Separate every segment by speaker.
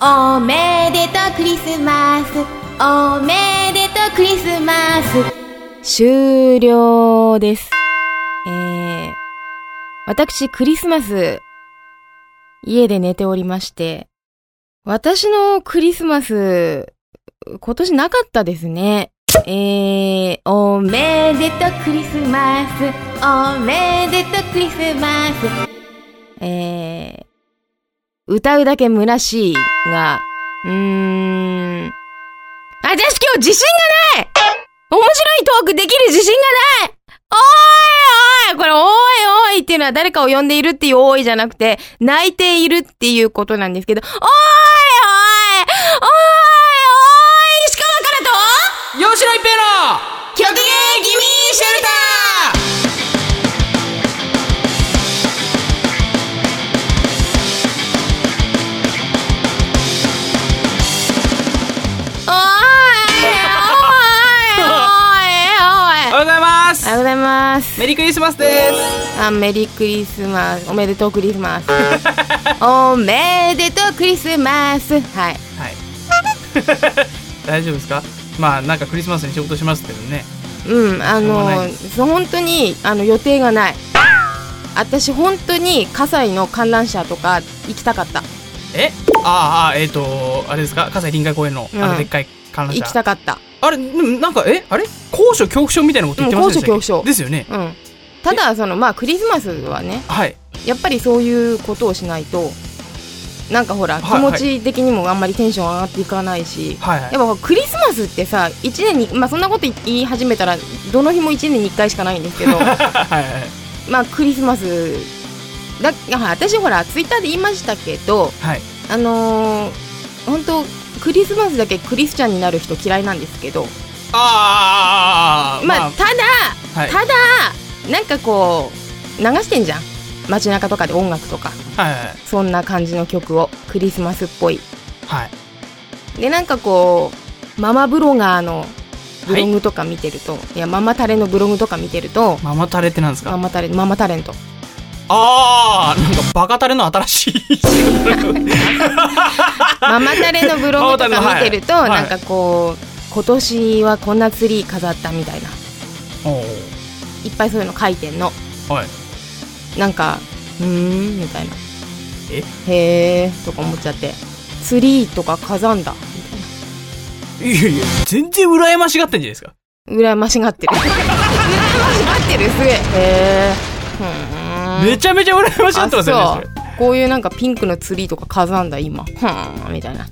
Speaker 1: おめでとうクリスマスおめでとうクリスマス終了です。えー、私クリスマス家で寝ておりまして、私のクリスマス今年なかったですね。えー、おめでとうクリスマスおめでとうクリスマスえー、歌うだけ虚しいが、うーん。あ、私今日自信がない面白いトークできる自信がないおーいおいこれ、おいおいっていうのは誰かを呼んでいるっていうおいじゃなくて、泣いているっていうことなんですけど、おーいおいおいおい石川から
Speaker 2: 吉野一平の
Speaker 1: と極限ギミシェルターおーいおーいおーいおーいおはよ
Speaker 2: おはようございます
Speaker 1: うございます
Speaker 2: メリークリスマスです
Speaker 1: あメリークリスマスおめでとうクリスマ スおめでとうクリスマスはい
Speaker 2: はい大丈夫ですかまあなんかクリスマスに仕事しますけどね
Speaker 1: うんあ
Speaker 2: しょうがな
Speaker 1: の
Speaker 2: いで
Speaker 1: そう本当にあの予定がない私本当に葛西の観覧車とか行きたかった
Speaker 2: えああああえっ、とあれですか葛西臨海公園のあ
Speaker 1: うん
Speaker 2: のでっかい観覧
Speaker 1: 行
Speaker 2: 車、
Speaker 1: きたかった
Speaker 2: あれでもなんかえあれ高所恐怖症みたいなこと言ってませんでしたっけ、
Speaker 1: うん高所恐怖症
Speaker 2: ですよね
Speaker 1: うんただそのまあクリスマスはね
Speaker 2: はい
Speaker 1: やっぱりそういうことをしないとなんかほら
Speaker 2: は
Speaker 1: 気
Speaker 2: い
Speaker 1: 持
Speaker 2: はい
Speaker 1: ち的にもあんまりテンション上がっていかないし、
Speaker 2: はいはい
Speaker 1: やっぱクリスマスってさ一年に、まあ、そんなこと言い言い始めたらどの日も1年に1回しかないんですけど
Speaker 2: はいはい
Speaker 1: まあクリスマスだだから私ほらツイッターで言いましたけど
Speaker 2: はい
Speaker 1: あのー、本当クリスマスだけクリスチャンになる人嫌いなんですけど
Speaker 2: あーあーあーあー
Speaker 1: まあただ
Speaker 2: あはい
Speaker 1: ただなんかこう流してんじゃん街中とかで音楽とか
Speaker 2: はいはい
Speaker 1: そんな感じの曲をクリスマスっぽい
Speaker 2: はい
Speaker 1: でなんかこうママブロガーのブログとか見てると、い、やママタレのブログとか見てると
Speaker 2: ママタレってなんですか
Speaker 1: ママタレママタレント
Speaker 2: ああなんかバカタレの新しい
Speaker 1: ママタレのブログと
Speaker 2: ママ
Speaker 1: か
Speaker 2: タ
Speaker 1: 見て
Speaker 2: レの
Speaker 1: ると、
Speaker 2: はい
Speaker 1: なんかこう今年はこんなツリー飾ったみたいな
Speaker 2: お
Speaker 1: いっぱいそういうの書いてんの
Speaker 2: おはい
Speaker 1: なんかうーんみたいな
Speaker 2: え
Speaker 1: へえとか思っちゃってツリーとか飾んだみたいない
Speaker 2: やいや、全然羨ましがってんじゃないですか。
Speaker 1: 羨ましがってる 羨ましがってるすげえへえふーん
Speaker 2: めちゃめ ちゃ羨ましがってますよ
Speaker 1: あ
Speaker 2: ね、それ。
Speaker 1: そうこういうなんかピンクのツリーとか飾んだ今ふーんみたいな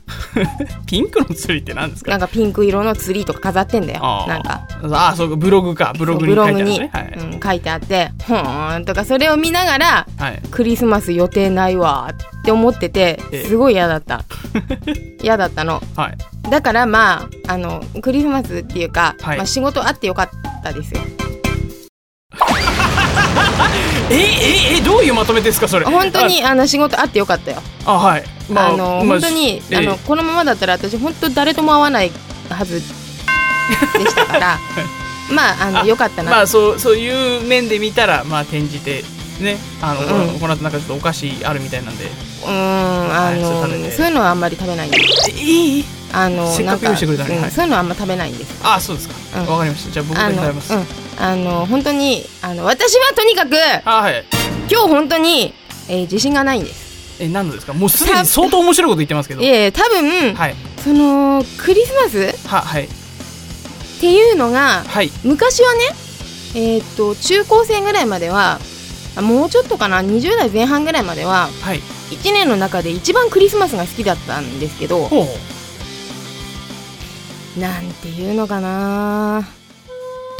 Speaker 2: ピンクの釣りって何です
Speaker 1: な
Speaker 2: か
Speaker 1: んかピンク色のツリーとか飾ってんだよ
Speaker 2: あー
Speaker 1: なんか
Speaker 2: ああ、そうか、ブログか。ブログに
Speaker 1: ブ
Speaker 2: 書
Speaker 1: ログ
Speaker 2: いてあるんで
Speaker 1: に
Speaker 2: すね。はい。
Speaker 1: うん書いてあってふーんとかそれを見ながら
Speaker 2: はい。
Speaker 1: クリスマス予定ないわーって思ってて
Speaker 2: ええ
Speaker 1: すごい嫌だった 嫌だったの
Speaker 2: はい。
Speaker 1: だからまああのクリスマスっていうか、
Speaker 2: はい
Speaker 1: まあ、仕事あってよかったですよ
Speaker 2: え、え、え、どういうまとめですか、それ。
Speaker 1: 本当。にあの仕事あってよかったよ
Speaker 2: あ、あはい。
Speaker 1: あの、本当に、
Speaker 2: ええ
Speaker 1: あのこのままだったら私本当誰とも会わないはずでしたから まああ
Speaker 2: あ
Speaker 1: のよかったな、
Speaker 2: まあ、そう、そういう面で見たら、まあ、転じて、ね。あの、
Speaker 1: うん
Speaker 2: このこの後なんかちょっとお菓子あるみたいなんで。
Speaker 1: うーんあの、
Speaker 2: はいそれ食べて
Speaker 1: そういうのはあんまり食べないんです
Speaker 2: ええ
Speaker 1: あの
Speaker 2: せっ
Speaker 1: な
Speaker 2: か
Speaker 1: ん
Speaker 2: く用意してくれたのに
Speaker 1: うん
Speaker 2: はい
Speaker 1: そういうのはあんま食べないんです
Speaker 2: あ、そうですか。
Speaker 1: うん
Speaker 2: わかりました。じゃあ、僕
Speaker 1: あ
Speaker 2: でい
Speaker 1: の
Speaker 2: ただきます。
Speaker 1: うんあの本当にあの私はとにかく
Speaker 2: あ、はい。
Speaker 1: 今日本当に、えー自信がないんです
Speaker 2: え、何度ですかもうすでに相当面白いこと言ってますけど
Speaker 1: い。え多分、
Speaker 2: はい。
Speaker 1: そのクリスマス
Speaker 2: は、はい。
Speaker 1: っていうのが
Speaker 2: はい。
Speaker 1: 昔はねえーっと中高生ぐらいまではあもうちょっとかな20代前半ぐらいまでは
Speaker 2: はい。
Speaker 1: 1年の中で一番クリスマスが好きだったんですけど
Speaker 2: ほう。
Speaker 1: なんていうのかな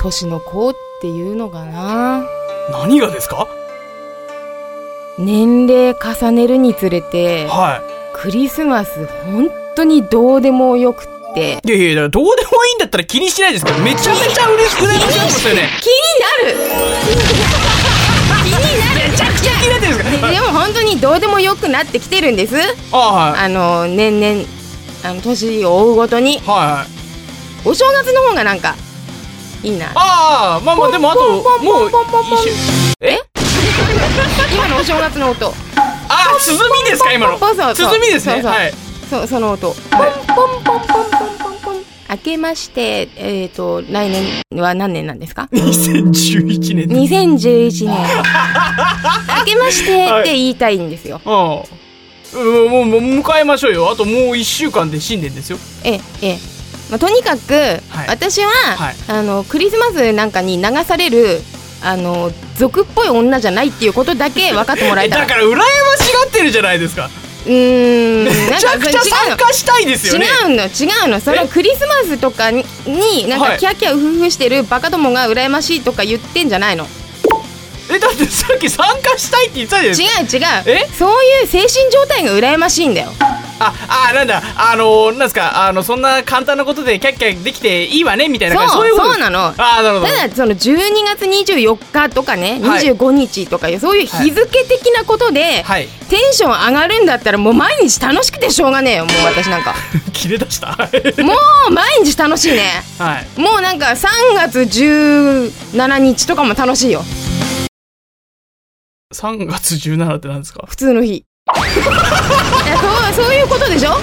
Speaker 1: 年の子っていうのかな
Speaker 2: 何がですか
Speaker 1: 年齢重ねるにつれて
Speaker 2: は
Speaker 1: クリスマス本当にどうでもよくって
Speaker 2: い。いやいや、だからどうでもいいんだったら気にしないですけど、めちゃめちゃ嬉しくなりますよね。
Speaker 1: 気になる気になるめちゃくちゃ
Speaker 2: 気になってるんですか
Speaker 1: でも本当にどうでもよくなってきてるんです
Speaker 2: あ
Speaker 1: あの年々あの年を追うごとに
Speaker 2: はい。はいはい。
Speaker 1: お正月の方がなんかいいな
Speaker 2: ああ、まあまあ、でもあと、も
Speaker 1: ポンポ
Speaker 2: う
Speaker 1: ンポンポンポン、
Speaker 2: 一周。え
Speaker 1: 今のお正月の音
Speaker 2: ああ、鼓ですか、今の。
Speaker 1: そうそうそう
Speaker 2: 鼓ですね。
Speaker 1: そうそう
Speaker 2: はい。
Speaker 1: そその音ポンポンポンポンポンポンポン明けましてえっ、と来年は何年なんですか
Speaker 2: 2011年です
Speaker 1: 2011年 明けましてって言いたいんですよ、
Speaker 2: ああうんもうもう迎えましょうよあともう1週間で新年ですよ
Speaker 1: ええええ、まあ、とにかく、
Speaker 2: い
Speaker 1: 私は、
Speaker 2: はい
Speaker 1: あのクリスマスなんかに流されるあの俗っぽい女じゃないっていうことだけ分かってもら
Speaker 2: え
Speaker 1: えた
Speaker 2: だ
Speaker 1: ら
Speaker 2: から羨ましがってるじゃないですか
Speaker 1: うーん
Speaker 2: め
Speaker 1: なん
Speaker 2: ちゃく
Speaker 1: それ違
Speaker 2: ちゃ
Speaker 1: うの
Speaker 2: 参加したいですよね
Speaker 1: 違うの違うのその
Speaker 2: え
Speaker 1: クリスマスとかにになん
Speaker 2: は
Speaker 1: か
Speaker 2: い
Speaker 1: キャキャウフフしてるバカどもが羨ましいとか言ってんじゃないの
Speaker 2: えだってさっき参加したいって言ってたじゃないです
Speaker 1: 違
Speaker 2: か
Speaker 1: う違
Speaker 2: え
Speaker 1: うそういう精神状態が羨ましいんだよ
Speaker 2: ああなんだあのなんですかあのそんな簡単なことでキャッキャできていいわねみたいな感じ
Speaker 1: そう
Speaker 2: そういうことです
Speaker 1: そうなの
Speaker 2: あーなるほど
Speaker 1: ただその12月24日とかね
Speaker 2: はい
Speaker 1: 25日とかいうそういう日付的なことで、
Speaker 2: はい
Speaker 1: テンション上がるんだったらもう毎日楽しくてしょうがねえよもう私なん か
Speaker 2: 切れ出した は
Speaker 1: もう毎日楽しいね
Speaker 2: い
Speaker 1: もうなんか3月17日とかも楽しいよ
Speaker 2: 3月17って何ですか
Speaker 1: 普通の 日いやそうそういうことでしょ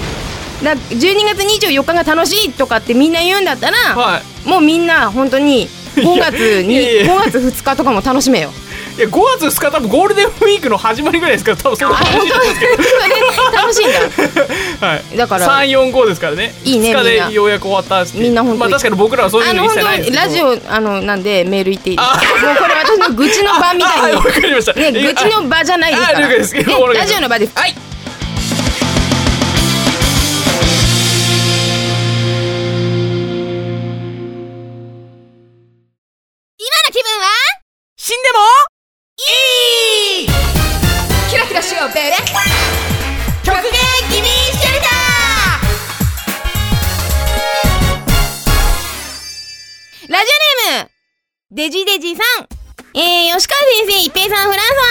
Speaker 1: だ12月24日が楽しいとかってみんな言うんだったら、
Speaker 2: はい
Speaker 1: もうみんな本当に5月に
Speaker 2: いやいやいや
Speaker 1: 5月2日とかも楽しめよ
Speaker 2: いや5月2日多分ゴールデンウィークの始まりぐらいですから多分その
Speaker 1: あ本
Speaker 2: 話
Speaker 1: 当にそれで楽しいんだ
Speaker 2: はい
Speaker 1: だから
Speaker 2: 345ですからね
Speaker 1: いいね
Speaker 2: 2日
Speaker 1: みんな
Speaker 2: でようやく終わったって
Speaker 1: みんな本当に
Speaker 2: まあ確かに僕らはそういう
Speaker 1: あ
Speaker 2: の
Speaker 1: の
Speaker 2: 一
Speaker 1: 本
Speaker 2: 切ないで
Speaker 1: 当
Speaker 2: す
Speaker 1: にラジ
Speaker 2: オ
Speaker 1: オあのなんでメール言っていいです
Speaker 2: あ
Speaker 1: かもうこれ私の愚痴の場みたい
Speaker 2: あ
Speaker 1: に
Speaker 2: わかりました
Speaker 1: ね、愚痴の場じゃないですか
Speaker 2: あ
Speaker 1: ら。
Speaker 2: 了解です
Speaker 1: ね
Speaker 2: わかりました
Speaker 1: ラジオの場です。はい。今の気分は
Speaker 2: 死んでもいい
Speaker 1: キラキラしようベレ曲芸ギミーシェルターラジオネームデジデジさんえー、吉川先生、一平さん、フランソワ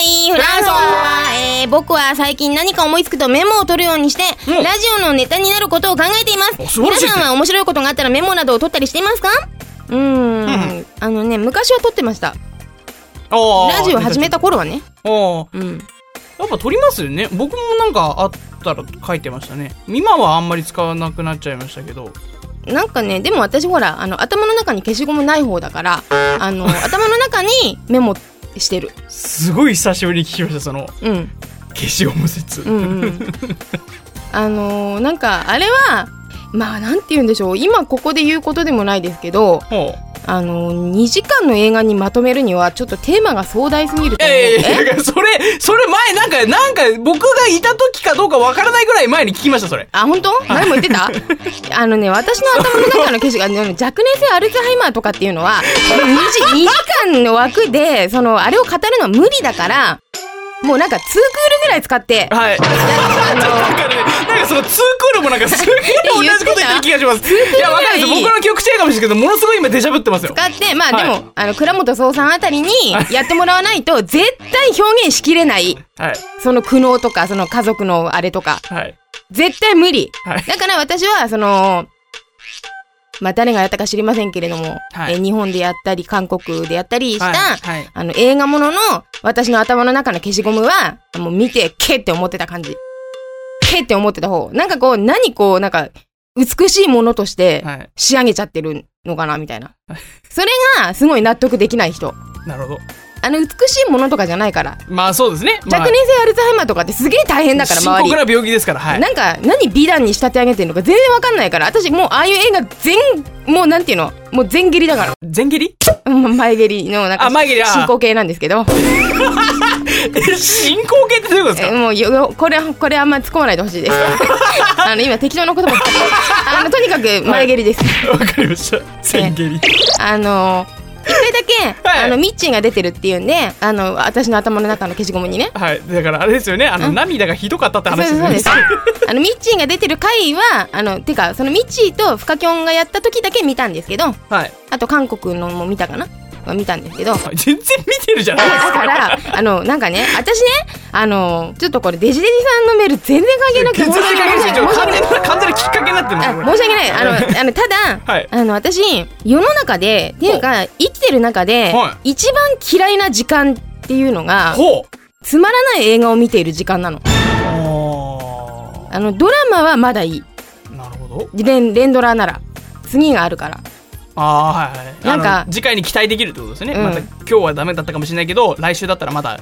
Speaker 1: ーいい、フランソワーえー、僕は最近何か思いつくとメモを取るようにして、
Speaker 2: うん
Speaker 1: ラジオのネタになることを考えていま
Speaker 2: お
Speaker 1: す。
Speaker 2: 素晴
Speaker 1: 皆
Speaker 2: らしい
Speaker 1: さんは面白いことがあったらメモなどを取ったりしていますかうーん,、
Speaker 2: うん
Speaker 1: あのね、昔は取ってました。
Speaker 2: あー
Speaker 1: ラジオ始めた頃はね。
Speaker 2: あー
Speaker 1: うん。
Speaker 2: やっぱ撮りますよね僕もなんかあったら書いてましたね今はあんまり使わなくなっちゃいましたけど
Speaker 1: なんかねでも私ほらあの頭の中に消しゴムない方だからあ の頭の中にメモしてる、
Speaker 2: すごい久しぶりに聞きましたその
Speaker 1: うん、
Speaker 2: 消しゴム説、
Speaker 1: うんうんあのーなんかあれはまあなんて言うんでしょう今ここで言うことでもないですけど
Speaker 2: ほう
Speaker 1: あのー、2時間の映画にまとめるにはちょっとテーマが壮大すぎると思う
Speaker 2: ええ
Speaker 1: え
Speaker 2: だからそれそれ前なんかなんか僕がいた時かどうかわからないぐらい前に聞きましたそれ
Speaker 1: あ本当前も言ってたあのね私の頭の中の消しが、ね、若年性アルツハイマーとかっていうのは 2, 時2時間の枠でそのあれを語るのは無理だからもうなんか2クールぐらい使 って
Speaker 2: はい
Speaker 1: あの
Speaker 2: なんかね、なんかそのツークールもなんかすげえ同じこと言ってる気がします。いや、わかるんです
Speaker 1: いい
Speaker 2: 僕の曲違いかもしれないけど、ものすごい今デジャブってますよ。
Speaker 1: 使ってまあでも、
Speaker 2: は
Speaker 1: あの倉本総さんあたりにやってもらわないと絶対表現しきれない
Speaker 2: はい。
Speaker 1: その苦悩とかその家族のあれとか
Speaker 2: はい。
Speaker 1: 絶対無理、
Speaker 2: はい
Speaker 1: だから私はそのまあ誰がやったか知りませんけれども、
Speaker 2: はい
Speaker 1: えー日本でやったり韓国でやったりした、
Speaker 2: はいはい
Speaker 1: あの映画ものの私の頭の中の消しゴムはもう見てけって思ってた感じけって思ってた方なんかこう何こうなんか美しいものとして
Speaker 2: はい
Speaker 1: 仕上げちゃってるのかなみたいな、それがすごい納得できない人
Speaker 2: なるほど。
Speaker 1: あの美しいものとかじゃないから
Speaker 2: まあそうですね。まあ
Speaker 1: 若年性アルツハイマーとかってすげえ大変だから
Speaker 2: 深
Speaker 1: 周り
Speaker 2: 刻な病気ですから、はい。
Speaker 1: なんか何美談に仕立て上げてるのか全然わかんないから私もうああいう映画全もうなんていうのもう全蹴りだから
Speaker 2: 前蹴り
Speaker 1: うん前蹴りのなんか
Speaker 2: あ前蹴りあー
Speaker 1: 進行形なんですけど
Speaker 2: え進行形ってどういうことです
Speaker 1: え
Speaker 2: か
Speaker 1: もうよよこれこれあんま突っ込まないでほ しいですあの今適当なこともあのとにかく前蹴りです、
Speaker 2: わかりました。前蹴り。
Speaker 1: あの一回だけ、
Speaker 2: はい
Speaker 1: あのミッチーが出てるっていうんであの私の頭の中の消しゴムにね
Speaker 2: はい。だからあれですよね。あの、涙がひどかったって
Speaker 1: そうで
Speaker 2: 話
Speaker 1: すそう
Speaker 2: で
Speaker 1: ですす
Speaker 2: よね。
Speaker 1: あのミッチーが出てる回はあのてかそのミッチーとフカキョンがやった時だけ見たんですけど
Speaker 2: はい。
Speaker 1: あと韓国のも見たかなは見たんですけどだ
Speaker 2: 全然見てるじゃないです
Speaker 1: か
Speaker 2: か。
Speaker 1: らあのなんかね私ねあのちょっとこれデジデジさんのメール全然関係なくて
Speaker 2: 全然関係ない
Speaker 1: 申し訳ない
Speaker 2: 完全な完全なきっかけになってる
Speaker 1: あ
Speaker 2: のこれ
Speaker 1: 申し訳ないあのあのただ、
Speaker 2: はい
Speaker 1: あの私世の中でっていうか生きてる中で、
Speaker 2: は
Speaker 1: 一番嫌いな時間っていうのが
Speaker 2: ほう。
Speaker 1: つまらない映画を見ている時間なの。
Speaker 2: あー
Speaker 1: あのドラマはまだいい
Speaker 2: なるほど
Speaker 1: 連連ドラなら次があるから
Speaker 2: ああはいはい
Speaker 1: なんか
Speaker 2: あの次回に期待できるってことですね、
Speaker 1: うん
Speaker 2: また今日はダメだったかもしれないけど来週だったらまだ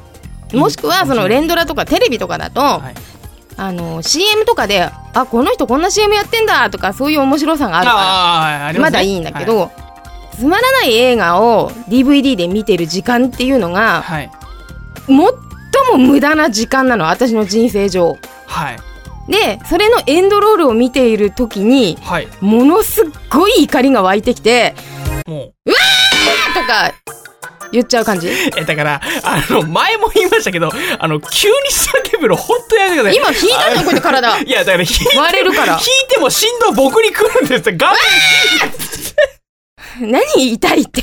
Speaker 1: もしくはその連ドラとかテレビとかだと、
Speaker 2: はい
Speaker 1: あの CM とかであこの人こんな CM やってんだとかそういう面白さがあるか
Speaker 2: あーはいあ
Speaker 1: ら
Speaker 2: り
Speaker 1: ます
Speaker 2: ね
Speaker 1: だいいんだけど、つまらない映画を DVD で見てる時間っていうのが
Speaker 2: はい
Speaker 1: 最も無駄な時間なの私の人生上
Speaker 2: はい
Speaker 1: でそれのエンドロールを見ている時に
Speaker 2: はい、
Speaker 1: ものすっごい怒りが湧いてきて
Speaker 2: もう
Speaker 1: 「とか言っちゃう感じ
Speaker 2: えだからあの前も言いましたけどあの急に叫ぶの本当やめてください
Speaker 1: 今引いたじゃんこうやって体
Speaker 2: いやだから引いて
Speaker 1: 割れるから
Speaker 2: 引いても振動僕に来るんですよ画面
Speaker 1: 何痛いって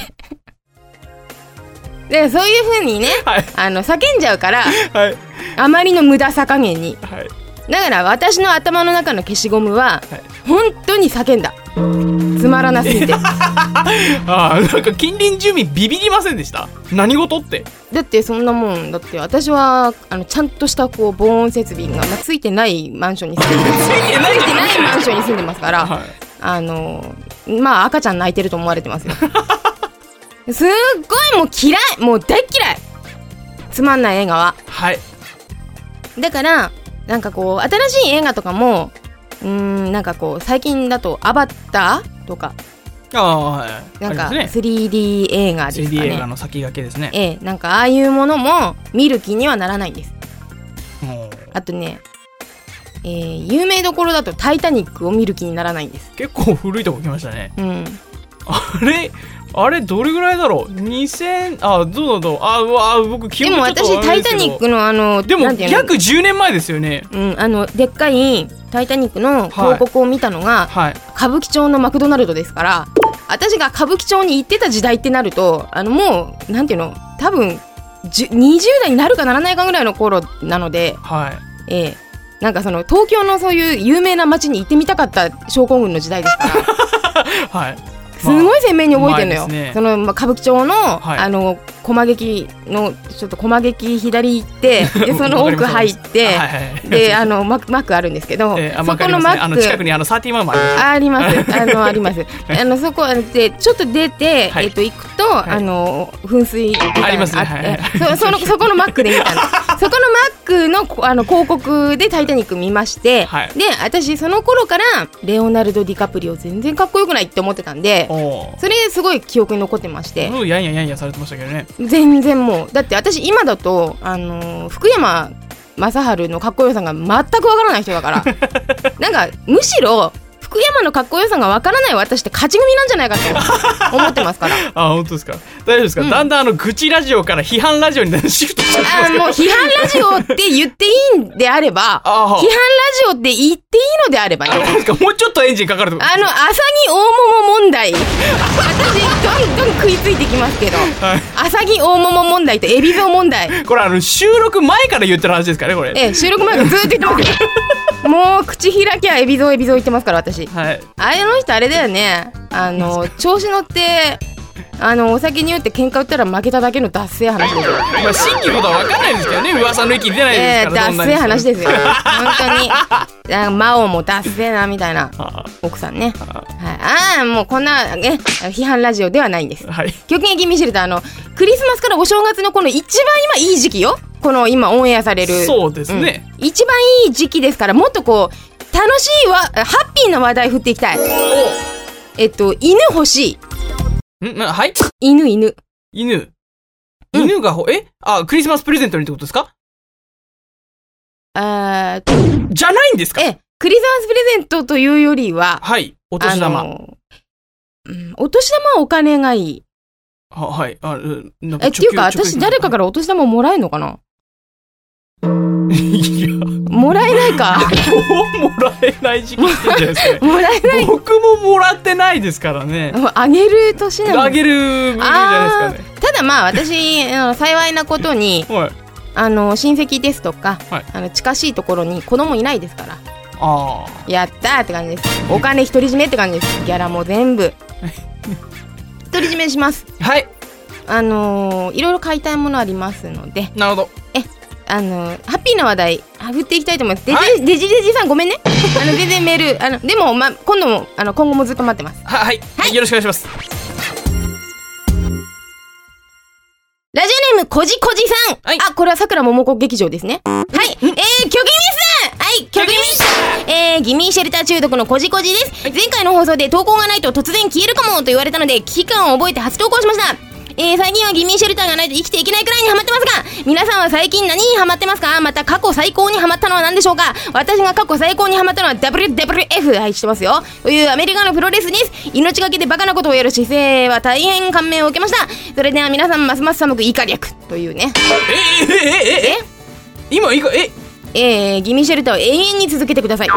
Speaker 1: でそういう風にね
Speaker 2: はい
Speaker 1: あの叫んじゃうから
Speaker 2: はい
Speaker 1: あまりの無駄さ加減に
Speaker 2: はい
Speaker 1: だから私の頭の中の消しゴムは、
Speaker 2: はい
Speaker 1: 本当に叫んだつまらなすぎてだ
Speaker 2: あーなんか近隣住民ビビりませんでした何事って
Speaker 1: ってそんなもんだって私はあのちゃんとしたこう防音設備が、まあ、ついてないマンションに住んでま
Speaker 2: つ
Speaker 1: す
Speaker 2: いてない
Speaker 1: つい
Speaker 2: じ
Speaker 1: て
Speaker 2: ゃ
Speaker 1: ない
Speaker 2: ん
Speaker 1: マンションに住んでますから、
Speaker 2: はい
Speaker 1: あのまあ赤ちゃん泣いてると思われてますよ すっごいもう嫌いもう大っ嫌いつまんない映画は
Speaker 2: はい
Speaker 1: だからなんかこう新しい映画とかもうーんなんかこう最近だと「アバター」とか
Speaker 2: ああはい
Speaker 1: なんか
Speaker 2: あります
Speaker 1: 3D 映画で
Speaker 2: ね
Speaker 1: すか
Speaker 2: 3D 映画
Speaker 1: ね。
Speaker 2: の先駆けですね
Speaker 1: ええ、なんかああいうものも見る気にはならないんです。
Speaker 2: もう
Speaker 1: あとね、えー有名どころだと「タイタニック」を見る気にならないんです。
Speaker 2: 結構古いとこ来ましたね
Speaker 1: うん、
Speaker 2: あれあれどれぐらいだろう2000あどうだどうあうわあ僕記
Speaker 1: で
Speaker 2: 憶
Speaker 1: も
Speaker 2: ちょ
Speaker 1: 私
Speaker 2: っと
Speaker 1: 「タイタニック」のあの
Speaker 2: でも
Speaker 1: なんていうの
Speaker 2: 約10年前ですよね
Speaker 1: うん、あのでっかい「タイタニック」の広告を見たのが、
Speaker 2: はい
Speaker 1: 歌舞伎町のマクドナルドですから私が歌舞伎町に行ってた時代ってなるとあのもうなんていうの多分じゅ20代になるかならないかぐらいの頃なので。
Speaker 2: はい
Speaker 1: ええ、なんかその東京のそういう有名な街に行ってみたかった症候群の時代ですから
Speaker 2: はい
Speaker 1: すごい鮮明に覚えてるのよ、
Speaker 2: 前ですね
Speaker 1: その、まあ、歌舞伎町の,、
Speaker 2: はい
Speaker 1: あの駒劇のちょっと駒劇左行 ってでその
Speaker 2: わかり
Speaker 1: 奥
Speaker 2: ます
Speaker 1: 入って、
Speaker 2: はいはいはい
Speaker 1: であのマックマックあるんですけど、
Speaker 2: えーあ
Speaker 1: そ
Speaker 2: わか
Speaker 1: こ
Speaker 2: り
Speaker 1: の
Speaker 2: ます
Speaker 1: マッ
Speaker 2: ねあの
Speaker 1: ク
Speaker 2: 近くにあの31万もあります
Speaker 1: あり ます。あの、あります。あの、そこで、ちょっと出て、
Speaker 2: はい
Speaker 1: えっと、行くと、
Speaker 2: い
Speaker 1: あの、噴水みたいなのが
Speaker 2: ありますね
Speaker 1: ってそ、 その、そこのマックで見たの。そこのマックのこ、あの、広告でタイタニック見まして、
Speaker 2: はい
Speaker 1: で、私、その頃から、レオナルド・ディカプリオ全然かっこよくないって思ってたんで、
Speaker 2: おー
Speaker 1: それ、すごい記憶に残ってまして、
Speaker 2: うんやんやんやんやんされてましたけどね
Speaker 1: 全然もう、だって私、今だと、あの、福山雅治のかっこよさが全くわからない人だ から、なんかむしろ福山のかっこよさがわからない私って勝ち組なんじゃないかと思ってますからあ
Speaker 2: あ本当ですか大丈夫ですか、
Speaker 1: うん
Speaker 2: だんだんあの愚痴ラジオから批判ラジオにシフトしてます
Speaker 1: ー
Speaker 2: けど
Speaker 1: もう 批判ラジオって言っていいんであれば批
Speaker 2: あー
Speaker 1: 判ラジオって言っていいのであればね
Speaker 2: あ本当ですかもうちょっとエンジンかかると思いま
Speaker 1: あの朝に大桃問題私どんどん食いついてきます けど
Speaker 2: すはい
Speaker 1: 朝に大桃問題と海老蔵問題
Speaker 2: これあの収録前から言ってる話ですからねこれ
Speaker 1: ええ収録前からずーっと言ってます よもう口開きゃ海老蔵海老蔵言ってますから私
Speaker 2: はい
Speaker 1: あれの人あれだよねあの調子乗ってあのお酒に酔って喧嘩売ったら負けただけの脱せえ話ですよ
Speaker 2: まあ新規のことは分かんないですけどね噂の域出ないで
Speaker 1: え
Speaker 2: す
Speaker 1: ー、
Speaker 2: から、そ
Speaker 1: 脱
Speaker 2: んな
Speaker 1: せ
Speaker 2: に
Speaker 1: え話ですよ本当になんか魔王も脱せえなみたいな
Speaker 2: あ
Speaker 1: 奥さんね、はい、ああもうこんなね批判ラジオではないんです
Speaker 2: ーはい
Speaker 1: 極限ミシェルとあのクリスマスからお正月のこの一番今いい時期よこの今オンエアされる
Speaker 2: そうですね、
Speaker 1: うん一番いい時期ですからもっとこう楽しいわハッピーな話題振っていきたいえっと犬欲しい
Speaker 2: んなはい
Speaker 1: 犬犬
Speaker 2: 犬
Speaker 1: うん
Speaker 2: 犬がほえあクリスマスプレゼントにってことですか
Speaker 1: あー
Speaker 2: じゃないんですか
Speaker 1: えクリスマスプレゼントというよりは
Speaker 2: はいお
Speaker 1: あ
Speaker 2: 年玉
Speaker 1: のうんお年玉はお金がいい
Speaker 2: ははいあうんなん
Speaker 1: えっていうか
Speaker 2: 直球直球
Speaker 1: 私誰かからお年玉もらえるのかない
Speaker 2: や
Speaker 1: もらえないか
Speaker 2: もうもらえない時期ってんじゃないですかね
Speaker 1: もらえない
Speaker 2: 僕ももらってないですからね。
Speaker 1: あげる年なの
Speaker 2: あげる分じゃないですかね。
Speaker 1: ただまあ私あの幸いなこと に
Speaker 2: はい。
Speaker 1: あの親戚ですとか、
Speaker 2: はい
Speaker 1: あの近しいところに子供いないですから
Speaker 2: あ
Speaker 1: やったーって感じですお金独り占めって感じですギャラも全 部独り占めします
Speaker 2: あ。はい。
Speaker 1: あのーいろいろ買いたいものありますので
Speaker 2: なるほど。
Speaker 1: あのハッピーな話題あ振っていきたいと思いますデジ,、
Speaker 2: はい
Speaker 1: デジデジさんごめんね あの全然メールあのでも、ま、今度もあの今後もずっと待ってます
Speaker 2: ははい、はい、よろしくお願いします
Speaker 1: ラジオネームこじこじさん、
Speaker 2: はい
Speaker 1: あこれはさくらももこ劇場ですねはいえー、虚偽ミスはい虚偽ミスえー、ギミーシェルター中毒のこじこじです、前回の放送で投稿がないと突然消えるかもと言われたので危機感を覚えて初投稿しましたえー、最近はギミーシェルターがないと生きていけないくらいにハマってますが皆さんは最近何にハマってますかまた過去最高にハマったのは何でしょうか私が過去最高にハマったのは WWF はいしてますよというアメリカのプロレスです命がけでバカなことをやる姿勢は大変感銘を受けましたそれでは皆さんますます寒く以下略というね
Speaker 2: えええええええ今いくえ
Speaker 1: えー、ギミーシェルターを永遠に続けてください
Speaker 2: そ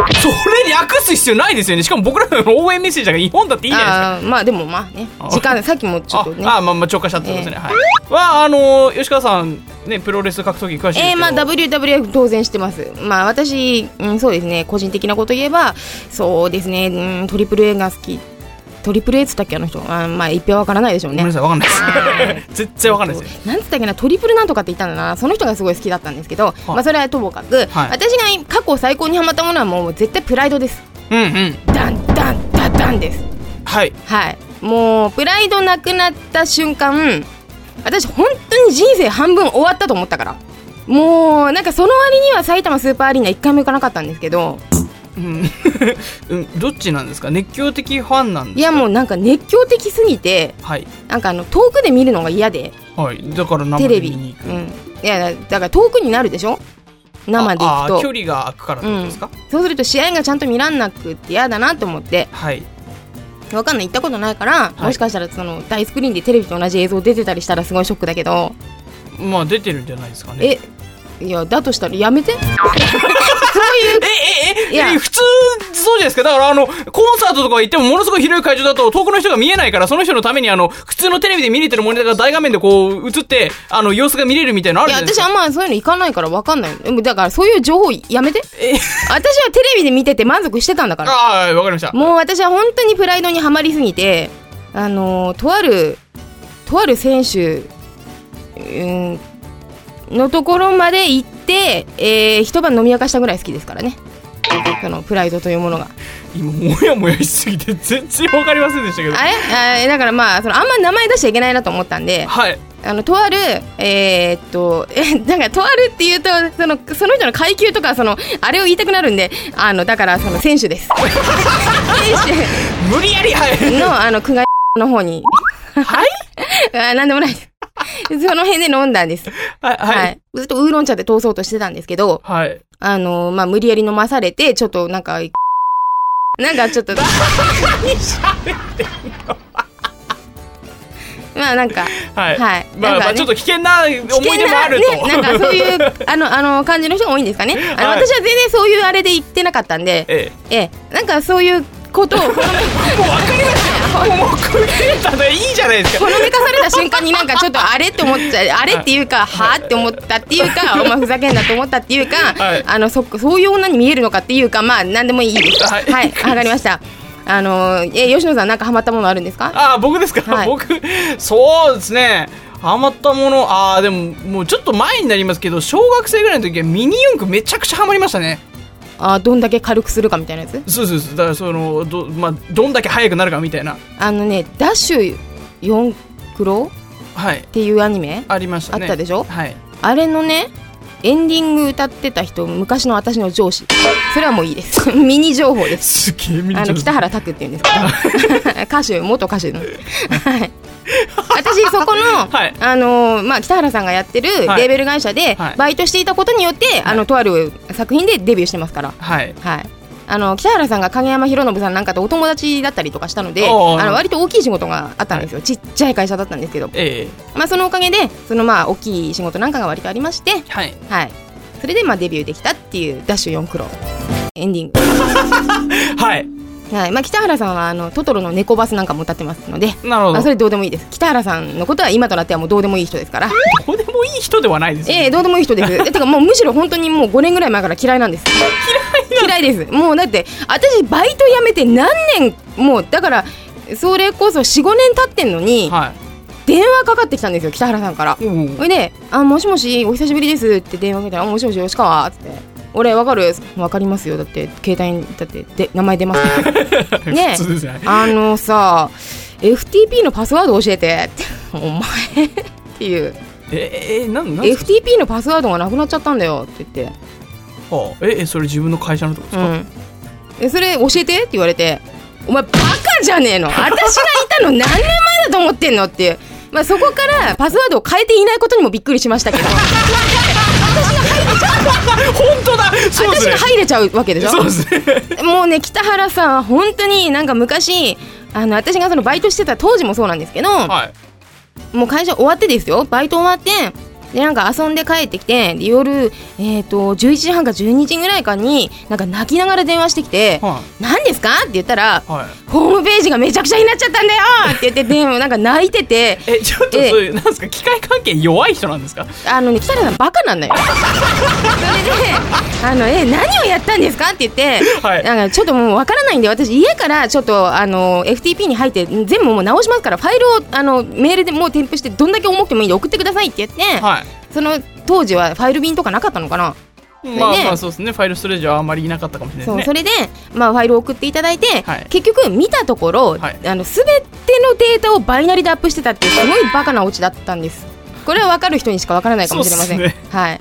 Speaker 2: れ略す必要ないですよねしかも僕らの応援メッセージが日本だっていいじゃないですか
Speaker 1: あーまあでもまあね時間さっきもちょっとね
Speaker 2: ああまあまあ超過しちゃったことですね、はいはあの吉川さんねプロレス格闘技詳しいですけど、
Speaker 1: えー、まあ WWF 当然してますまあ私、うん、そうですね個人的なこと言えばそうですね、うん、トリプル A が好きトリプル A っつったっけあの人あまあ一票わからないでしょう
Speaker 2: ごめん
Speaker 1: ね
Speaker 2: なさいわかんないです 絶対わかんないですよ
Speaker 1: なんつったっけなトリプルなんとかって言ったんだなその人がすごい好きだったんですけど、まあそれはともかく、
Speaker 2: はい
Speaker 1: 私が過去最高にハマったものはもう絶対プライドです
Speaker 2: うんうん
Speaker 1: ダンダンダダンです
Speaker 2: はい
Speaker 1: はいもうプライドなくなった瞬間私本当に人生半分終わったと思ったからもうなんかその割には埼玉スーパーアリーナ1回も行かなかったんですけど
Speaker 2: うん うんどっちなんですか熱狂的ファンなん
Speaker 1: い
Speaker 2: で
Speaker 1: やもうなんか熱狂的すぎて
Speaker 2: はい
Speaker 1: なんかあの遠くで見るのが嫌で
Speaker 2: はいだから生
Speaker 1: テレ
Speaker 2: で
Speaker 1: ビ、う
Speaker 2: 見
Speaker 1: ん
Speaker 2: に行く、、
Speaker 1: いやだから遠くになるでしょ生で
Speaker 2: あ
Speaker 1: 行
Speaker 2: あ
Speaker 1: くと
Speaker 2: 距離が空くからってことですか、
Speaker 1: そうすると試合がちゃんと見らんなくって嫌だなと思って
Speaker 2: はい
Speaker 1: わかんない行ったことないから、
Speaker 2: い
Speaker 1: もしかしたらその大スクリーンでテレビと同じ映像出てたりしたらすごいショックだけど
Speaker 2: まあ出てるんじゃないですかね
Speaker 1: えいやだとしたらや めてそういう
Speaker 2: えええ
Speaker 1: いや
Speaker 2: え普通そうじゃないですかだからあのコンサートとか行ってもものすごい広い会場だと遠くの人が見えないからその人のためにあの普通のテレビで見れてるモニターが大画面でこう映ってあの様子が見れるみたいなのあ
Speaker 1: い
Speaker 2: るじ
Speaker 1: や
Speaker 2: ゃ
Speaker 1: 私
Speaker 2: ないですか
Speaker 1: あんまそういうの行かないからわかんないでもだからそういう情報やめて
Speaker 2: え
Speaker 1: 私はテレビで見てて満足してたんだから
Speaker 2: ああわかりました
Speaker 1: もう私は本当にプライドにはまりすぎてあのーとあるとある選手うんのところまで行って、えー一晩飲み明かしたぐらい好きですからねそのプライドというものが
Speaker 2: 今もやもやしすぎて全然わかりませんでしたけど
Speaker 1: あれあーだからまあそのあんま名前出しちゃいけないなと思ったんで
Speaker 2: はい
Speaker 1: あのとあるえーっと えなんかとあるっていうとそのその人の階級とかそのあれを言いたくなるんであのだからその選手です選
Speaker 2: 無理やりはい
Speaker 1: 手のあの久我の方に
Speaker 2: はい
Speaker 1: あなんでもないですその辺で飲んだんです、
Speaker 2: はい
Speaker 1: は
Speaker 2: はい
Speaker 1: い、ずっとウーロン茶で通そうとしてたんですけど
Speaker 2: はい
Speaker 1: あのまあ無理やり飲まされてちょっとなんかなんかちょっとまあなんか
Speaker 2: はい
Speaker 1: はい
Speaker 2: ま
Speaker 1: なんかね
Speaker 2: あまあちょっと危険な思い出もある
Speaker 1: 危険なね、なんかそういうあのあの感じの人が多いんですかねあの、
Speaker 2: はい
Speaker 1: 私は全然そういうあれで言ってなかったんで
Speaker 2: え
Speaker 1: ええなんかそういうことをほのめ
Speaker 2: え もうわかりました よもうこれ言えたでいいじゃないですか
Speaker 1: ほのめかされた瞬間になんかちょっとあれって思っちゃうあれっていうかはあって思ったっていうかお前ふざけんなと思ったっていうか、
Speaker 2: はい
Speaker 1: あのそそういう女に見えるのかっていうかまあ何でもいいです
Speaker 2: は
Speaker 1: はいいわ、かりましたあのえ吉野さんなんかハマったものあるんですか
Speaker 2: ああ僕ですか、
Speaker 1: はい
Speaker 2: 僕そうですねハマったものああでももうちょっと前になりますけど小学生ぐらいの時はミニ四駆めちゃくちゃハマりましたね
Speaker 1: あどんだけ軽くするかみたいなやつ
Speaker 2: そうそうそうだからそのど,、まあ、どんだけ速くなるかみたいな
Speaker 1: あのねダッシュ4クロ
Speaker 2: はい
Speaker 1: っていうアニメ
Speaker 2: ありましたね
Speaker 1: あったでしょ
Speaker 2: はい
Speaker 1: あれのねエンディング歌ってた人昔の私の上司それはもういいです ミニ情報です
Speaker 2: すげえミニ
Speaker 1: あの北原拓っていうんですけ ど歌手元歌手のはい私そこの、
Speaker 2: はい
Speaker 1: あのーまあ、北原さんがやってるレ
Speaker 2: はい
Speaker 1: ーベル会社で
Speaker 2: はい
Speaker 1: バイトしていたことによって、あのとある作品でデビューしてますから、
Speaker 2: はい
Speaker 1: はい、あの北原さんが影山博信さんなんかとお友達だったりとかしたのであ
Speaker 2: おー
Speaker 1: の割と大きい仕事があったんですよ、ちっちゃい会社だったんですけど、
Speaker 2: ええ
Speaker 1: まあ、そのおかげでそのまあ大きい仕事なんかが割とありまして、
Speaker 2: はい
Speaker 1: はい。それでまあデビューできたっていうダッシュ4クロエンディン
Speaker 2: はい
Speaker 1: グ。はい。まあ北原さんはあのトトロの猫バスなんかも歌ってますので、
Speaker 2: なるほ
Speaker 1: ま
Speaker 2: ど
Speaker 1: あそれどうでもいいです。北原さんのことは今となってはもうどうでもいい人です から。
Speaker 2: どうでもいい人ではないですよ
Speaker 1: ええどうでもいい人です。えてかもうむしろ本当にもう5年ぐらい前から嫌いなんです。嫌いです。もうだって私バイト辞めて何年もうだからそれこそ45年経ってんのに、
Speaker 2: はい
Speaker 1: 電話かかってきたんですよ北原さんから
Speaker 2: うんうん
Speaker 1: ほいで「あもしもしお久しぶりです」って電話かけたらあ「もしもし吉川」っつって「俺わかる?」「わかりますよだって携帯にだってで名前 出ますから」ね
Speaker 2: 普通ですね
Speaker 1: あのさ FTP のパスワード教えて」 って「お前」っていう
Speaker 2: ええな
Speaker 1: 「
Speaker 2: んなんですか
Speaker 1: FTP のパスワードがなくなっちゃったんだよ」って言って
Speaker 2: あええそれ自分の会社のとこ
Speaker 1: 「
Speaker 2: で
Speaker 1: う
Speaker 2: すか、
Speaker 1: ん、えそれ教えて」って言われて「お前バカじゃねえの私がいたの何年前だと思ってんの」っていう。まあ、そこからパスワードを変えていないことにもびっくりしましたけど
Speaker 2: 本当だそうで
Speaker 1: 私
Speaker 2: すね
Speaker 1: が入れちゃうわけでしょ
Speaker 2: そうですね
Speaker 1: もうね北原さんは本当になんか昔あの私がそのバイトしてた当時もそうなんですけど、
Speaker 2: はい
Speaker 1: もう会社終わってですよバイト終わってでなんか遊んで帰ってきてで夜、えー、と11時半か12時ぐらいかになんか泣きながら電話してきて
Speaker 2: は
Speaker 1: 「何ですか?」って言ったら、
Speaker 2: はい
Speaker 1: ホームページがめちゃくちゃになっちゃったんだよ!」って言って電話なんか泣いてて
Speaker 2: えちょっとそう
Speaker 1: ええ
Speaker 2: いうなんですか機械関係弱い人なんですか
Speaker 1: あのね、北原さんバカなんだよ。それで、あの、え、何をやったんですかって言って、
Speaker 2: はい
Speaker 1: なんかちょっともうわからないんで、私家からちょっと、あの、FTP に入って、全部もう直しますから、ファイルを、あの、メールでもう添付して、どんだけ重くてもいいんで送ってくださいって言って、
Speaker 2: はい
Speaker 1: その当時はファイル便とかなかったのかな。
Speaker 2: まあ
Speaker 1: ね
Speaker 2: まあそうですねファイルストレージはあんまりいなかったかもしれない
Speaker 1: そう
Speaker 2: です
Speaker 1: そ
Speaker 2: ね
Speaker 1: れで、まあ、ファイルを送っていただいて、
Speaker 2: はい
Speaker 1: 結局見たところ、
Speaker 2: はい
Speaker 1: あの全てのデータをバイナリでアップしてたっていうすごいバカなオチだったんですこれは分かる人にしか分からないかもしれません、
Speaker 2: そうっす
Speaker 1: はい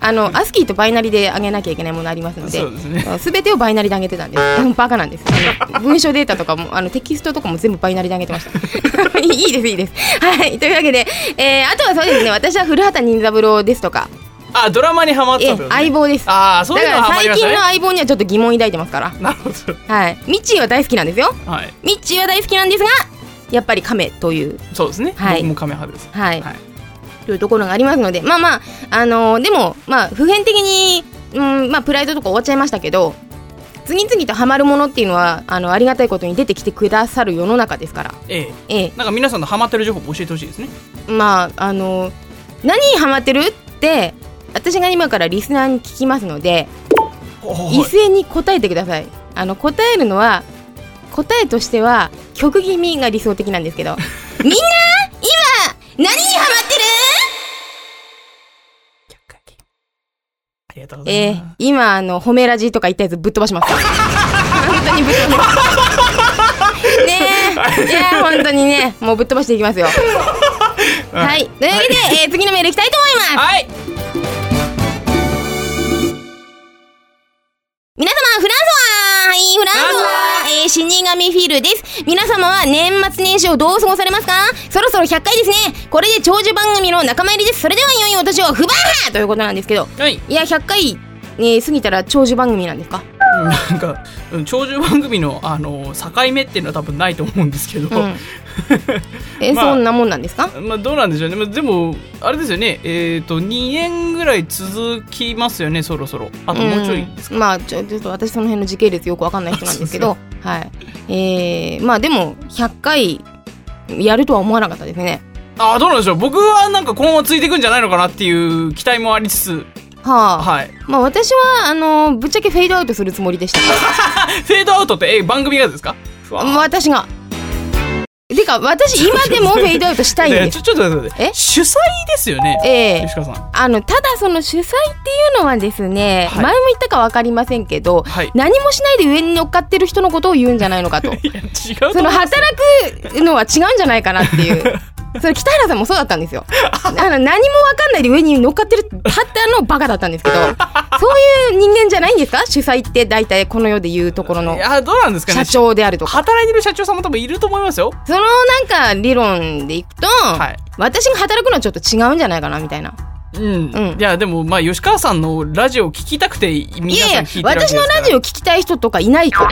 Speaker 1: あのアスキーとバイナリで上げなきゃいけないものありますので
Speaker 2: そうですね
Speaker 1: 全てをバイナリで上げてたん ですうんバカなんですあの文章データとかもあのテキストとかも全部バイナリで上げてました いいですいいですはいというわけで、えーあとはそうですね私は古畑任三郎ですとか、
Speaker 2: あドラマにハマっ
Speaker 1: え
Speaker 2: たってことね
Speaker 1: 相棒です
Speaker 2: ああそう
Speaker 1: だ
Speaker 2: いう
Speaker 1: か
Speaker 2: のは
Speaker 1: ら
Speaker 2: ハマり
Speaker 1: 最
Speaker 2: まし
Speaker 1: 近
Speaker 2: たね
Speaker 1: の相棒にはちょっと疑問を抱いてますから
Speaker 2: なるほ
Speaker 1: はい、ミッチーは大好きなんですよ
Speaker 2: どはい
Speaker 1: ミッチーは大好きなんですがやっぱり亀という、
Speaker 2: そうですね
Speaker 1: はい
Speaker 2: 僕も亀派です
Speaker 1: はい
Speaker 2: はい
Speaker 1: というところがありますのでまあまあ、あのーでも、まあ、普遍的に、うんまあ、プライドとか終わっちゃいましたけど次々とハマるものっていうのはあのありがたいことに出てきてくださる世の中ですから、
Speaker 2: ええ
Speaker 1: え
Speaker 2: なんか皆さんのハマってる情報も教えてほしいですね
Speaker 1: え、まああのー何にハマってるって私が今からリスナーに聞きますので一斉に答えてくださいあの答えるのは答えとしては曲気味が理想的なんですけ どみんな今何にハマってる
Speaker 2: ありがとうござ
Speaker 1: え
Speaker 2: い
Speaker 1: ー
Speaker 2: ま、
Speaker 1: 今あの褒めラジとか言ったやつぶっ飛ばし ます本当にぶっ飛ばしますねえいや本当にねもうぶっ飛ばしていきますよ
Speaker 2: す
Speaker 1: はい、というわけで、えー次のメールいきたいと思います
Speaker 2: はい
Speaker 1: 皆様、フランソワはい、フランソワえー、死神フィルです。皆様は年末年始をどう過ごされますかそろそろ100回ですね。これで長寿番組の仲間入りです。それでは良いお年を、フバーということなんですけど。
Speaker 2: はい
Speaker 1: いや、100回、えー過ぎたら長寿番組なんですか
Speaker 2: なんかうん長寿番組のあの境目っていうのは多分ないと思うんですけど、
Speaker 1: うん。えー
Speaker 2: まあ
Speaker 1: そんなもんなんですか
Speaker 2: まあどうなんでしょうね、まあ、でもあれですよねえっ、と2年ぐらい続きますよねそろそろあともうちょいですか、
Speaker 1: んまあちょちょっと私その辺の時系列よくわかんない人なんですけどはいえー、まあでも100回やるとは思わなかったですね
Speaker 2: ああどうなんでしょう僕はなんかこのままついていくんじゃないのかなっていう期待もありつつ
Speaker 1: はあ、
Speaker 2: はい
Speaker 1: まあ私はあのぶっちゃけフェードアウトするつもりでした
Speaker 2: あフェードアウトってえ番組がですかふわー
Speaker 1: 私がてか私今でもフェードアウトしたいん
Speaker 2: いや
Speaker 1: で
Speaker 2: ち
Speaker 1: す
Speaker 2: ょちょっと待って待って
Speaker 1: え
Speaker 2: 主催ですよね
Speaker 1: ええ
Speaker 2: 吉川さん
Speaker 1: あのただその主催っていうのはですね、
Speaker 2: はい
Speaker 1: 前も言ったか分かりませんけど、
Speaker 2: はい
Speaker 1: 何もしないで上に乗っかってる人のことを言うんじゃないのか と
Speaker 2: いや違うと思う
Speaker 1: その働くのは違うんじゃないかなっていう それ北原さんもそうだったんですよあの何も分かんないで上に乗っかってるたったのバカだったんですけ どそういう人間じゃないんですか主催って大体この世で言うところの
Speaker 2: いやどうなんですかね
Speaker 1: 社長であるとか
Speaker 2: 働いてる社長さんも多分いると思いますよ
Speaker 1: そのなんか理論でいくと、
Speaker 2: い
Speaker 1: 私が働くのはちょっと違うんじゃないかなみたいな。
Speaker 2: うん、
Speaker 1: うん
Speaker 2: いやでもまあ吉川さんのラジオ聞きたくて
Speaker 1: い
Speaker 2: 皆
Speaker 1: やい
Speaker 2: さ
Speaker 1: や
Speaker 2: ん聞いてるわけです
Speaker 1: 私
Speaker 2: か
Speaker 1: の
Speaker 2: ら
Speaker 1: ラジオ聞きたい人とかいないから。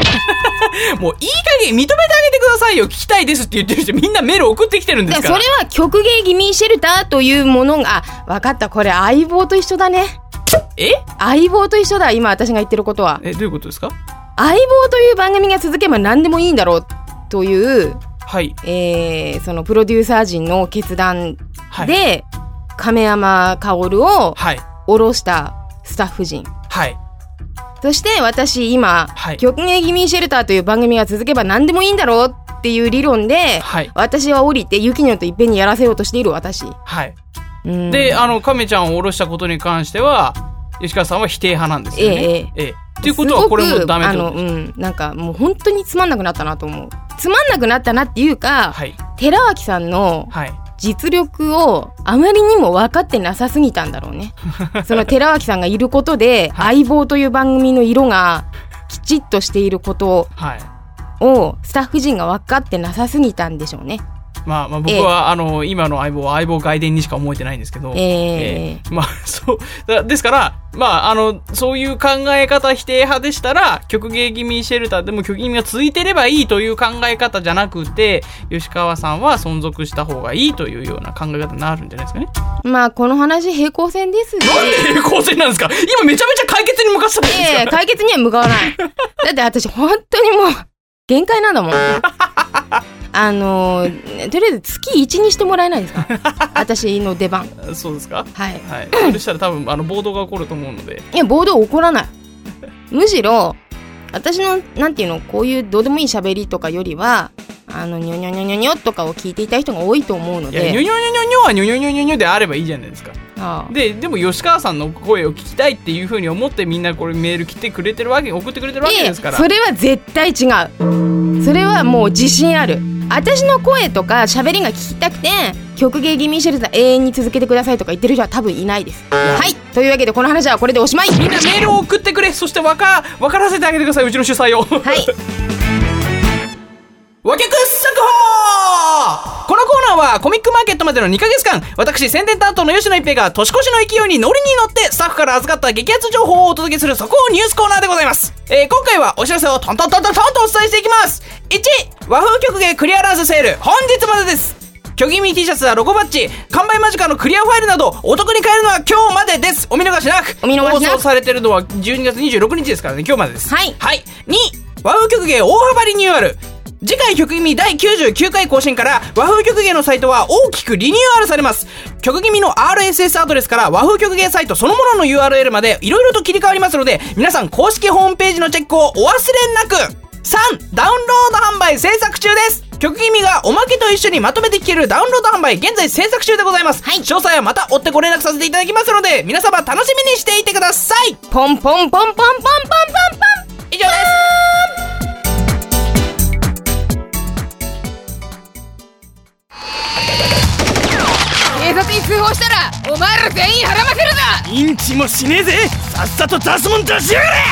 Speaker 2: もういい加減認めてあげてくださいよ聞きたいですって言ってる人みんなメール送ってきてるんで
Speaker 1: だ
Speaker 2: す
Speaker 1: か
Speaker 2: から
Speaker 1: そ
Speaker 2: ら
Speaker 1: れは曲芸気味シェルターというものが、あ、わかった、これ相棒と一緒だね。
Speaker 2: え
Speaker 1: 相棒と一緒だ、今私が言ってることは。
Speaker 2: えどういうことですか
Speaker 1: 相棒という番組が続けば何でもいいんだろうという、
Speaker 2: はい
Speaker 1: えー、そのプロデューサー陣の決断
Speaker 2: はい
Speaker 1: で、亀山薫を
Speaker 2: はい
Speaker 1: 下ろしたスタッフ陣。
Speaker 2: はい
Speaker 1: そして私今、
Speaker 2: はい
Speaker 1: 曲芸気味シェルターという番組が続けば何でもいいんだろうっていう理論で、
Speaker 2: はい
Speaker 1: 私は降りてユキニョンといっぺんにやらせようとしている私。
Speaker 2: はい。
Speaker 1: うん
Speaker 2: で、あの、亀ちゃんを下ろしたことに関しては、吉川さんは否定派なんですよね。
Speaker 1: ええ
Speaker 2: ええ。っていうことは、これもダメ
Speaker 1: あ
Speaker 2: ってこと
Speaker 1: の、
Speaker 2: で
Speaker 1: うん、なんかもう本当につまんなくなったなと思う。つまんなくなったなっていうか、
Speaker 2: す。はい。
Speaker 1: 寺脇さんの
Speaker 2: はい。
Speaker 1: 実力をあまりにも分かってなさすぎたんだろう ね。その寺脇さんがいることで、相棒という番組の色がきちっとしていること
Speaker 2: はい。
Speaker 1: をスタッフ陣が分かってなさすぎたんでしょうね。
Speaker 2: まあ、まあ、僕
Speaker 1: ええ
Speaker 2: は、あの、今の相棒は相棒外伝にしか思えてないんですけど。
Speaker 1: ええ
Speaker 2: まあ、そう、だですから、まあ、あの、そういう考え方否定派でしたら、曲芸気味シェルターでも曲芸気味が続いてればいいという考え方じゃなくて、吉川さんは存続した方がいいというような考え方になるんじゃないですかね。
Speaker 1: まあこの話平行線ですね。
Speaker 2: 平行線なんですか今めちゃめちゃ解決に向かってたじゃないです
Speaker 1: いやいや解決には向かわ ない。だって私本当にもう限界なんだも ん。あのとりあえず月1にしてもらえない ですか私の出番
Speaker 2: か。 そうですか
Speaker 1: はい
Speaker 2: はい。それしたら多分、あの、暴動が起こると思うので。
Speaker 1: いや暴動起こらないむしろ私のなんていうのこういうどうでもいい喋りとかよりはあのニョニョニョニョニョとかを聞いていた人が多いと思うの
Speaker 2: いや、ニョ
Speaker 1: で
Speaker 2: ニョニョニョニョはニョニョニョニョニョであればいいじゃないですか。
Speaker 1: ああ
Speaker 2: で、でも吉川さんの声を聞きたいっていうふうに思ってみんなこれメール来てくれてるわけ、送ってくれてるわけですから。
Speaker 1: いやいやそれは絶対違うそれはもう自信ある私の声とか喋りが聞きたくて曲芸ギミーシェルター永遠に続けてくださいとか言ってる人は多分いないですはいというわけでこの話はこれでおしまい
Speaker 2: みんなメールを送ってくれそしてわか分からせてあげてくださいうちの主催を
Speaker 1: はい
Speaker 2: わけく作法このコーナーはコミックマーケットまでの2ヶ月間私宣伝担当の吉野一平が年越しの勢いに乗りに乗ってスタッフから預かった激アツ情報をお届けするそこをニュースコーナーでございます、えー今回はお知らせをトントントントントンとお伝えしていきます1和風曲芸クリアランスセール本日までです虚偽ミ T シャツやロゴバッジ完売間近のクリアファイルなどお得に買えるのは今日までですお見逃しなく
Speaker 1: お見逃しなく
Speaker 2: 放送されてるのは12月26日ですからね今日までです
Speaker 1: はい
Speaker 2: はい。2、和風曲芸大幅リニューアル。次回曲組第99回更新から和風曲芸のサイトは大きくリニューアルされます。曲組の RSS アドレスから和風曲芸サイトそのものの URL までいろいろと切り替わりますので、皆さん公式ホームページのチェックをお忘れなく !3、ダウンロード販売制作中です曲組がおまけと一緒にまとめて聴けるダウンロード販売現在制作中でございます、
Speaker 1: はい
Speaker 2: 詳細はまた追ってご連絡させていただきますので、皆様楽しみにしていてください
Speaker 1: ポンポンポンポンポンポンポンポン
Speaker 2: 以上です
Speaker 1: 警察に通報したらお前ら全員腹まけるな
Speaker 3: インチもしねえぜさっさと出すもん出しやがれ
Speaker 1: 曲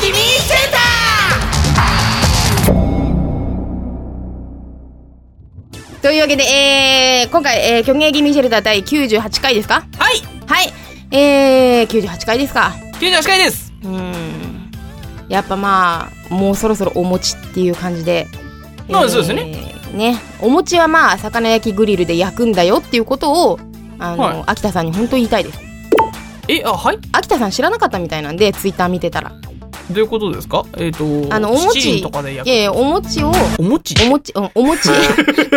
Speaker 1: 芸ギミーシェルターというわけで、えー今回、えー、曲芸ギミーシェルター第98回ですか
Speaker 2: はい
Speaker 1: はい、えー、98回ですか。
Speaker 2: 98回です
Speaker 1: うーん。やっぱまあ、もうそろそろお餅っていう感じで。
Speaker 2: まあそうですね
Speaker 1: ね。お餅はまあ、魚焼きグリルで焼くんだよっていうことを、あの、
Speaker 2: はい
Speaker 1: 秋田さんに本当言いたいです。
Speaker 2: えあはい
Speaker 1: 秋田さん知らなかったみたいなんで、ツイッター見てたら。
Speaker 2: どういうことですかえっ、と
Speaker 1: あの、お
Speaker 2: 七
Speaker 1: 餅、
Speaker 2: 輪とかで焼
Speaker 1: い
Speaker 2: く
Speaker 1: やいやお餅を、
Speaker 2: お餅
Speaker 1: お餅、うんお 餅、こ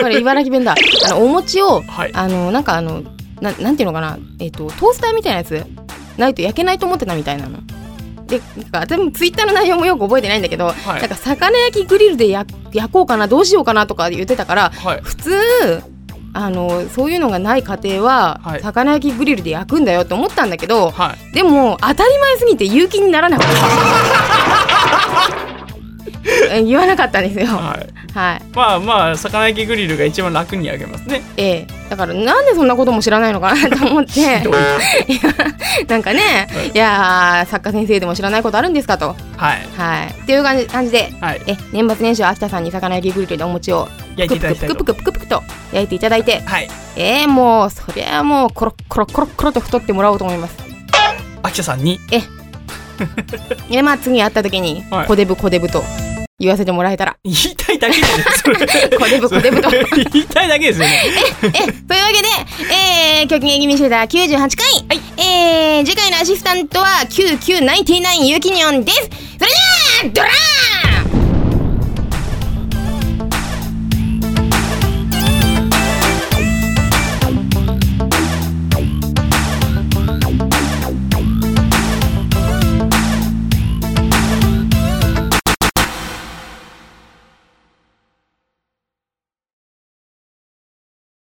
Speaker 1: れ茨城弁だ。あの、お餅を、
Speaker 2: はい
Speaker 1: あの、なんかあの、ななんていうのかな、えっ、と、トースターみたいなやつ、ないと焼けないと思ってたみたいなの。で、なんか、でもツイッターの内容もよく覚えてないんだけど、
Speaker 2: はい
Speaker 1: なんか、魚焼きグリルで焼焼こうかな、どうしようかなとか言ってたから、
Speaker 2: はい
Speaker 1: 普通、あの、そういうのがない家庭は、
Speaker 2: はい
Speaker 1: 魚焼きグリルで焼くんだよと思ったんだけど、
Speaker 2: はい
Speaker 1: でも当たり前すぎて勇気にならなかった。 うん言わなかったんですよ。はい。
Speaker 2: はいまあまあ魚焼きグリルが一番楽に焼けますね
Speaker 1: ええ、だからなんでそんなことも知らないのかなと思っていや
Speaker 2: どういう
Speaker 1: なんかね、い、やー作家先生でも知らないことあるんですかと
Speaker 2: はい
Speaker 1: はいっていう感じ感じで
Speaker 2: はい
Speaker 1: え年末年始は秋田さんに魚焼きグリルでお餅を
Speaker 2: 焼いていただきたい
Speaker 1: プ
Speaker 2: と
Speaker 1: クプクプクプクプクと焼いていただいて
Speaker 2: はい
Speaker 1: ええもうそりゃもうコロッコロッコロッコロッと太ってもらおうと思います
Speaker 2: 秋田さんに
Speaker 1: でまあ次会った時に
Speaker 2: はい
Speaker 1: コデブコデブと言わせてもらえたら
Speaker 2: 言いたいだけですよ それ
Speaker 1: コデブコデブとえ
Speaker 2: 言いたいだけですよね
Speaker 1: というわけでえー、曲芸気味シェルター98回、えー、次回のアシスタントは9999ユキニョンですそれではドラーン